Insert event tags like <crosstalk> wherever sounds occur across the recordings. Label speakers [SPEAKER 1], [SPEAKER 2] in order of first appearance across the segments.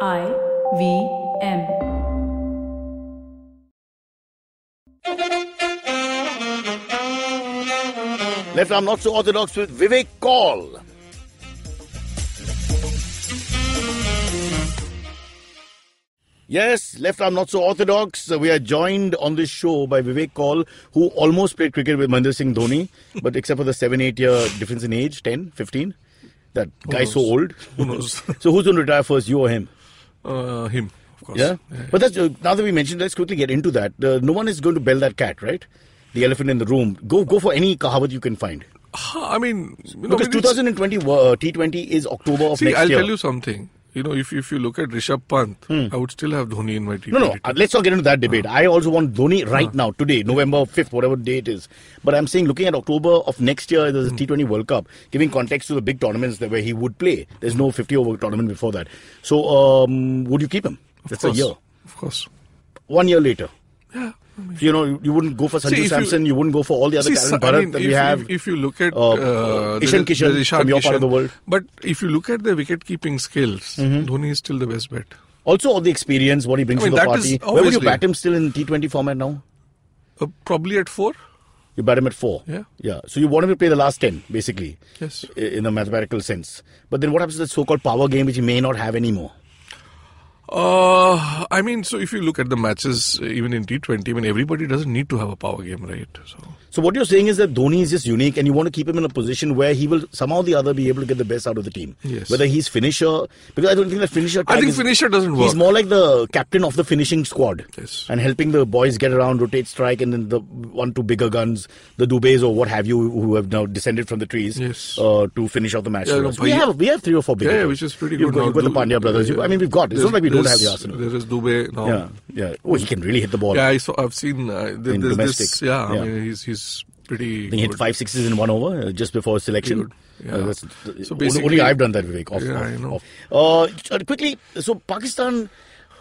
[SPEAKER 1] I V M.
[SPEAKER 2] Left arm not so orthodox with Vivek Call. Yes, left arm not so orthodox. We are joined on this show by Vivek Kaul, who almost played cricket with Mahendra Singh Dhoni, but except for the 7 8 year difference in age 10, 15. That guy's so
[SPEAKER 3] knows?
[SPEAKER 2] old.
[SPEAKER 3] <laughs> Who knows?
[SPEAKER 2] <laughs> so, who's going to retire first, you or him?
[SPEAKER 3] Uh, him, of course.
[SPEAKER 2] Yeah. But that's, uh, now that we mentioned, let's quickly get into that. Uh, no one is going to bell that cat, right? The elephant in the room. Go go for any Kahawat you can find.
[SPEAKER 3] Uh, I mean, you know,
[SPEAKER 2] Because
[SPEAKER 3] I mean, it's-
[SPEAKER 2] 2020 uh, T20 is October of
[SPEAKER 3] see,
[SPEAKER 2] next
[SPEAKER 3] I'll
[SPEAKER 2] year. Hmm.
[SPEAKER 3] tell you something. You know, if if you look at Rishabh Pant, I would still have Dhoni in my team.
[SPEAKER 2] no, no. uh, let's not get into that debate. I also want
[SPEAKER 3] Uh.
[SPEAKER 2] Dhoni right now, today, November 5th, whatever day it is. But I'm saying, looking at October of next year, there's a
[SPEAKER 3] Hmm.
[SPEAKER 2] T20 World Cup, giving context to the big tournaments that where he would play. There's no 50 over tournament before that. So, um, would you keep him?
[SPEAKER 3] Of
[SPEAKER 2] That's
[SPEAKER 3] course.
[SPEAKER 2] a year.
[SPEAKER 3] Of course.
[SPEAKER 2] One year later.
[SPEAKER 3] Yeah.
[SPEAKER 2] You know, you- you wouldn't go for
[SPEAKER 3] See,
[SPEAKER 2] Sanju
[SPEAKER 3] if you-
[SPEAKER 2] Samson, you, wouldn't go for all the other
[SPEAKER 3] See,
[SPEAKER 2] talent
[SPEAKER 3] so- I
[SPEAKER 2] Bharat
[SPEAKER 3] mean,
[SPEAKER 2] that
[SPEAKER 3] if,
[SPEAKER 2] we have.
[SPEAKER 3] if, if you look at
[SPEAKER 2] uh,
[SPEAKER 3] uh,
[SPEAKER 2] Ishan
[SPEAKER 3] there is-
[SPEAKER 2] Kishan
[SPEAKER 3] there is Ishan
[SPEAKER 2] from your part of the
[SPEAKER 3] Kishan.
[SPEAKER 2] world. Mm-hmm.
[SPEAKER 3] But if you look at the wicket-keeping skills, Dhoni is still the best bet.
[SPEAKER 2] also, all the experience, what he brings
[SPEAKER 3] I mean,
[SPEAKER 2] to the
[SPEAKER 3] that
[SPEAKER 2] party.
[SPEAKER 3] is
[SPEAKER 2] Where would you
[SPEAKER 3] obviously-
[SPEAKER 2] bat him still in T20 format now?
[SPEAKER 3] Uh, probably at four.
[SPEAKER 2] You bat him at four.
[SPEAKER 3] Yeah.
[SPEAKER 2] Yeah. So you want him to play the last ten, basically.
[SPEAKER 3] Yes.
[SPEAKER 2] i- In a mathematical sense. But then what happens to the so-called power game, which he may not have anymore?
[SPEAKER 3] Uh, I mean, so if you look at the matches, uh, even in T20, I mean, everybody doesn't need to have a power game, right? So
[SPEAKER 2] So what you're saying is that Dhoni is just unique, and you want to keep him in a position where he will somehow or the other be able to get the best out of the team.
[SPEAKER 3] Yes.
[SPEAKER 2] Whether he's finisher, because I don't think that finisher. tag
[SPEAKER 3] think
[SPEAKER 2] is-
[SPEAKER 3] finisher doesn't
[SPEAKER 2] He's
[SPEAKER 3] work.
[SPEAKER 2] more like the captain of the finishing squad.
[SPEAKER 3] Yes.
[SPEAKER 2] And helping the boys get around, rotate, strike, and then the one two bigger guns, the Dubes or what have you, who have now descended from the trees.
[SPEAKER 3] Yes.
[SPEAKER 2] Uh, to finish off the match.
[SPEAKER 3] Yeah,
[SPEAKER 2] for
[SPEAKER 3] no,
[SPEAKER 2] us. we
[SPEAKER 3] Bhaiya-
[SPEAKER 2] have we have three or four big.
[SPEAKER 3] yeah, yeah,
[SPEAKER 2] hitters.
[SPEAKER 3] which is pretty
[SPEAKER 2] You've
[SPEAKER 3] good.
[SPEAKER 2] got,
[SPEAKER 3] now.
[SPEAKER 2] you've got the
[SPEAKER 3] Du-
[SPEAKER 2] Pandya brothers. You- I mean, we've got. It's
[SPEAKER 3] There's-
[SPEAKER 2] not like we don't have the
[SPEAKER 3] there's-
[SPEAKER 2] arsenal.
[SPEAKER 3] There is Dubey now.
[SPEAKER 2] Yeah, yeah. Oh, he can really hit the ball.
[SPEAKER 3] Yeah, I saw. I've seen. Uh, th-
[SPEAKER 2] In
[SPEAKER 3] there's
[SPEAKER 2] domestic.
[SPEAKER 3] this, yeah,
[SPEAKER 2] Yeah.
[SPEAKER 3] I mean, he's he's pretty.
[SPEAKER 2] He hit
[SPEAKER 3] good.
[SPEAKER 2] five sixes in one over uh, just before selection.
[SPEAKER 3] Good. Yeah.
[SPEAKER 2] Uh, that's,
[SPEAKER 3] So
[SPEAKER 2] only-
[SPEAKER 3] basically-
[SPEAKER 2] only I've done that, Vivek. Off,
[SPEAKER 3] Yeah,
[SPEAKER 2] off,
[SPEAKER 3] I know.
[SPEAKER 2] off. Uh, so quickly, so Pakistan,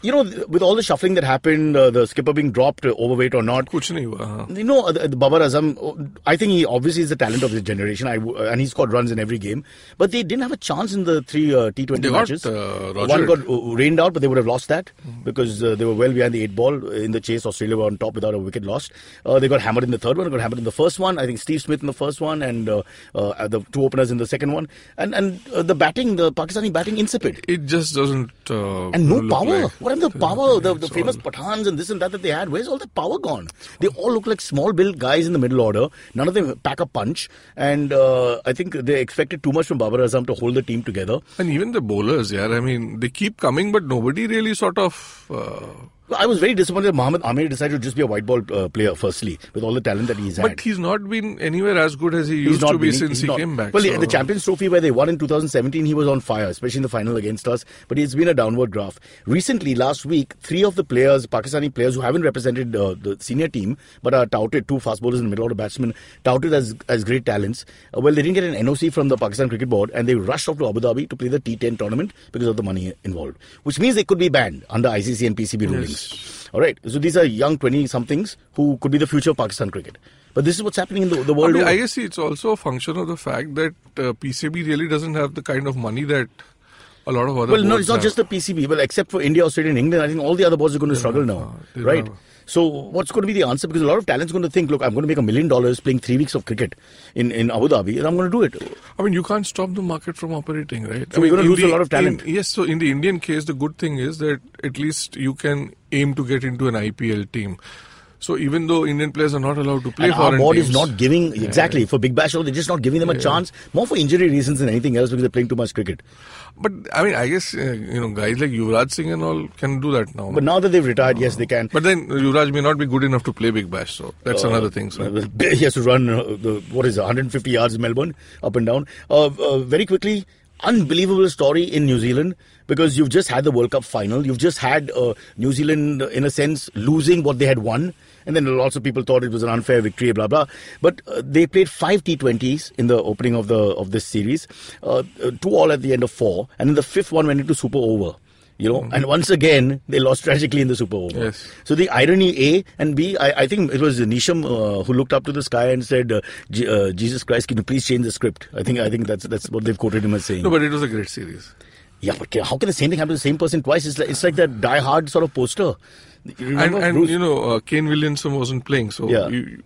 [SPEAKER 2] you know, th- with all the shuffling that happened, uh, the skipper being dropped, uh, overweight or not.
[SPEAKER 3] कुछ नहीं हुआ हाँ।
[SPEAKER 2] You know, uh, the, the Babar Azam, uh, I think he obviously is the talent of his generation, I w- uh, and he scored runs in every game. But they didn't have a chance in the three uh, T20
[SPEAKER 3] They got,
[SPEAKER 2] matches.
[SPEAKER 3] uh, Hmm.
[SPEAKER 2] One
[SPEAKER 3] rogered.
[SPEAKER 2] got uh, rained out, but they would have lost that because uh, they were well behind the eight ball in the chase. Australia were on top without a wicket lost. Uh, they got hammered in the third one, got hammered in the first one. I think Steve Smith in the first one and uh, uh, the two openers in the second one. And and uh, the batting, the Pakistani batting, insipid
[SPEAKER 3] It just doesn't. Uh,
[SPEAKER 2] and no
[SPEAKER 3] look
[SPEAKER 2] power.
[SPEAKER 3] like-
[SPEAKER 2] what happened to the
[SPEAKER 3] Yeah,
[SPEAKER 2] power? The, the
[SPEAKER 3] it's
[SPEAKER 2] famous
[SPEAKER 3] all-
[SPEAKER 2] pathans and this and that that they had. Where's all the power gone? They all look like small built guys in the middle order. None of them pack a punch. And uh, I think they expected too much from Babar Azam to hold the team together.
[SPEAKER 3] And even the bowlers, yeah. I mean, they keep coming, but nobody really sort of. Uh,
[SPEAKER 2] I was very disappointed that Mohammad Amir decided to just be a white ball uh, player, firstly, with all the talent that he's had.
[SPEAKER 3] but he's not been anywhere as good as he used to be
[SPEAKER 2] winning-
[SPEAKER 3] since
[SPEAKER 2] he's
[SPEAKER 3] he
[SPEAKER 2] not-
[SPEAKER 3] came back.
[SPEAKER 2] Well, the-
[SPEAKER 3] so-
[SPEAKER 2] the Champions Trophy where they won in 2017, he was on fire, especially in the final against us. But it's been a downward graph. Recently, last week, three of the players, Pakistani players who haven't represented uh, the senior team but are touted, two fast bowlers and middle order batsmen, touted as as great talents. Uh, well, they didn't get an NOC from the Pakistan Cricket Board, and they rushed off to Abu Dhabi to play the T10 tournament because of the money involved, which means they could be banned under ICC and PCB rulings. All right, so these are young 20 somethings who could be the future of Pakistan cricket. But this is what's happening in the, the
[SPEAKER 3] I,
[SPEAKER 2] world.
[SPEAKER 3] mean,
[SPEAKER 2] over.
[SPEAKER 3] I guess it's also a function of the fact that uh, PCB really doesn't have the kind of money that a lot of other.
[SPEAKER 2] Well, no,
[SPEAKER 3] boards
[SPEAKER 2] it's not
[SPEAKER 3] have.
[SPEAKER 2] just the PCB. Well, except for India, Australia, and England, I think all the other boards are going to struggle now,
[SPEAKER 3] they
[SPEAKER 2] right?
[SPEAKER 3] have.
[SPEAKER 2] So, what's going to be the answer? Because a lot of talent's going to think, look, I'm going to make a million dollars playing three weeks of cricket in, in Abu Dhabi, and I'm going to do it.
[SPEAKER 3] I mean, you can't stop the market from operating, right?
[SPEAKER 2] So
[SPEAKER 3] I
[SPEAKER 2] we're
[SPEAKER 3] mean,
[SPEAKER 2] gonna
[SPEAKER 3] in
[SPEAKER 2] lose a lot of talent.
[SPEAKER 3] in- yes, so in the Indian case, the good thing is that at least you can aim to get into an IPL team. So even though Indian players are not allowed to play
[SPEAKER 2] And our
[SPEAKER 3] foreign
[SPEAKER 2] board
[SPEAKER 3] teams,
[SPEAKER 2] is not giving exactly for Big Bash. They're just not giving them a chance, more for injury reasons than anything else, because they're playing too much cricket.
[SPEAKER 3] But I mean, I guess uh, you know guys like Yuvraj Singh and all can do that now.
[SPEAKER 2] But now that they've retired, yes, they can.
[SPEAKER 3] But then Yuvraj may not be good enough to play Big Bash, so that's another thing. So.
[SPEAKER 2] Uh, <laughs> he has to run uh, the what is it, 150 yards in Melbourne up and down. Uh, uh, very quickly, unbelievable story in New Zealand because you've just had the World Cup final. You've just had uh, New Zealand uh, in a sense losing what they had won, and then lots of people thought it was an unfair victory, blah blah. But uh, they played five T20s in the opening of the of this series, uh, uh, two all at the end of four, and then the fifth one went into super over. You know, and once again they lost tragically in the super over.
[SPEAKER 3] Yes.
[SPEAKER 2] So the irony, A, and B, I, I think it was Nisham uh, who looked up to the sky and said, uh, "Je- uh, "Jesus Christ, can you please change the script?" I think I think that's that's what they've quoted him as saying.
[SPEAKER 3] No, but it was a great series.
[SPEAKER 2] Yeah, but ca- how can the same thing happen to the same person twice? It's like, it's like that die hard sort of poster. You
[SPEAKER 3] And,
[SPEAKER 2] remember
[SPEAKER 3] and
[SPEAKER 2] Bruce?
[SPEAKER 3] you know, uh, Kane Williamson wasn't playing, so
[SPEAKER 2] Yeah.
[SPEAKER 3] you,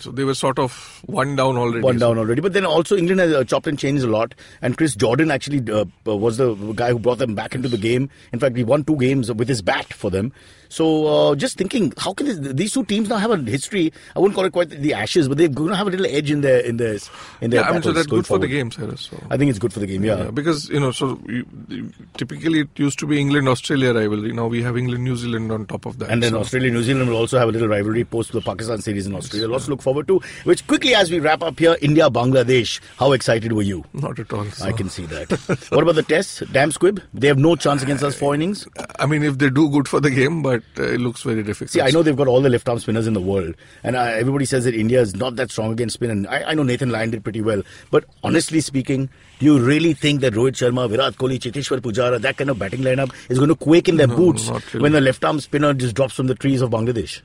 [SPEAKER 3] so they were sort of one down already.
[SPEAKER 2] one down already. But then also England has uh, chopped and changed a lot. And Chris Jordan actually uh, uh, was the guy who brought them back into the game. In fact, he won two games with his bat for them. So uh, just thinking, how can this, these two teams now have a history? I wouldn't call it quite the Ashes, but they're going to have a little edge in their in their in their.
[SPEAKER 3] Yeah, I mean, so
[SPEAKER 2] battles
[SPEAKER 3] that's
[SPEAKER 2] going
[SPEAKER 3] good for the
[SPEAKER 2] forward.
[SPEAKER 3] game, Cyrus. So.
[SPEAKER 2] I think it's good for the game. Yeah.
[SPEAKER 3] Yeah, because you know, so you, you- typically it used to be England Australia rivalry. Now we have England New Zealand on top of that.
[SPEAKER 2] And then
[SPEAKER 3] so-
[SPEAKER 2] Australia, New Zealand will also have a little rivalry post the Pakistan series in Australia. Lots to look forward to. Which quickly, as we wrap up here, India, Bangladesh. How excited were you?
[SPEAKER 3] not at all. so.
[SPEAKER 2] I can see that. what about the tests? Damn squib. They have no chance against us four innings.
[SPEAKER 3] I mean, if they do good for the game, but uh, it looks very difficult.
[SPEAKER 2] See, I know they've got all the left arm spinners in the world, and uh, everybody says that India is not that strong against spin. And I, I know Nathan Lyon did pretty well, but honestly speaking, do you really think that Rohit Sharma, Virat Kohli, Cheteshwar Pujara, that kind of batting lineup is going to quake in their boots
[SPEAKER 3] not really.
[SPEAKER 2] when the left arm spinner just drops from the trees of Bangladesh?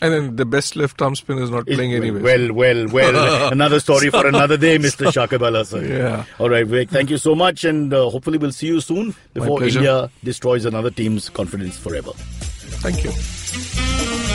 [SPEAKER 3] And then the best left arm spin is not
[SPEAKER 2] It-
[SPEAKER 3] playing anyway.
[SPEAKER 2] Well, well, well. <laughs> another story for another day, Mr. Shakib Al Hasan.
[SPEAKER 3] Yeah.
[SPEAKER 2] All right, Vivek, thank you so much, and uh, hopefully we'll see you soon before
[SPEAKER 3] pleasure.
[SPEAKER 2] India destroys another team's confidence forever.
[SPEAKER 3] Thank you.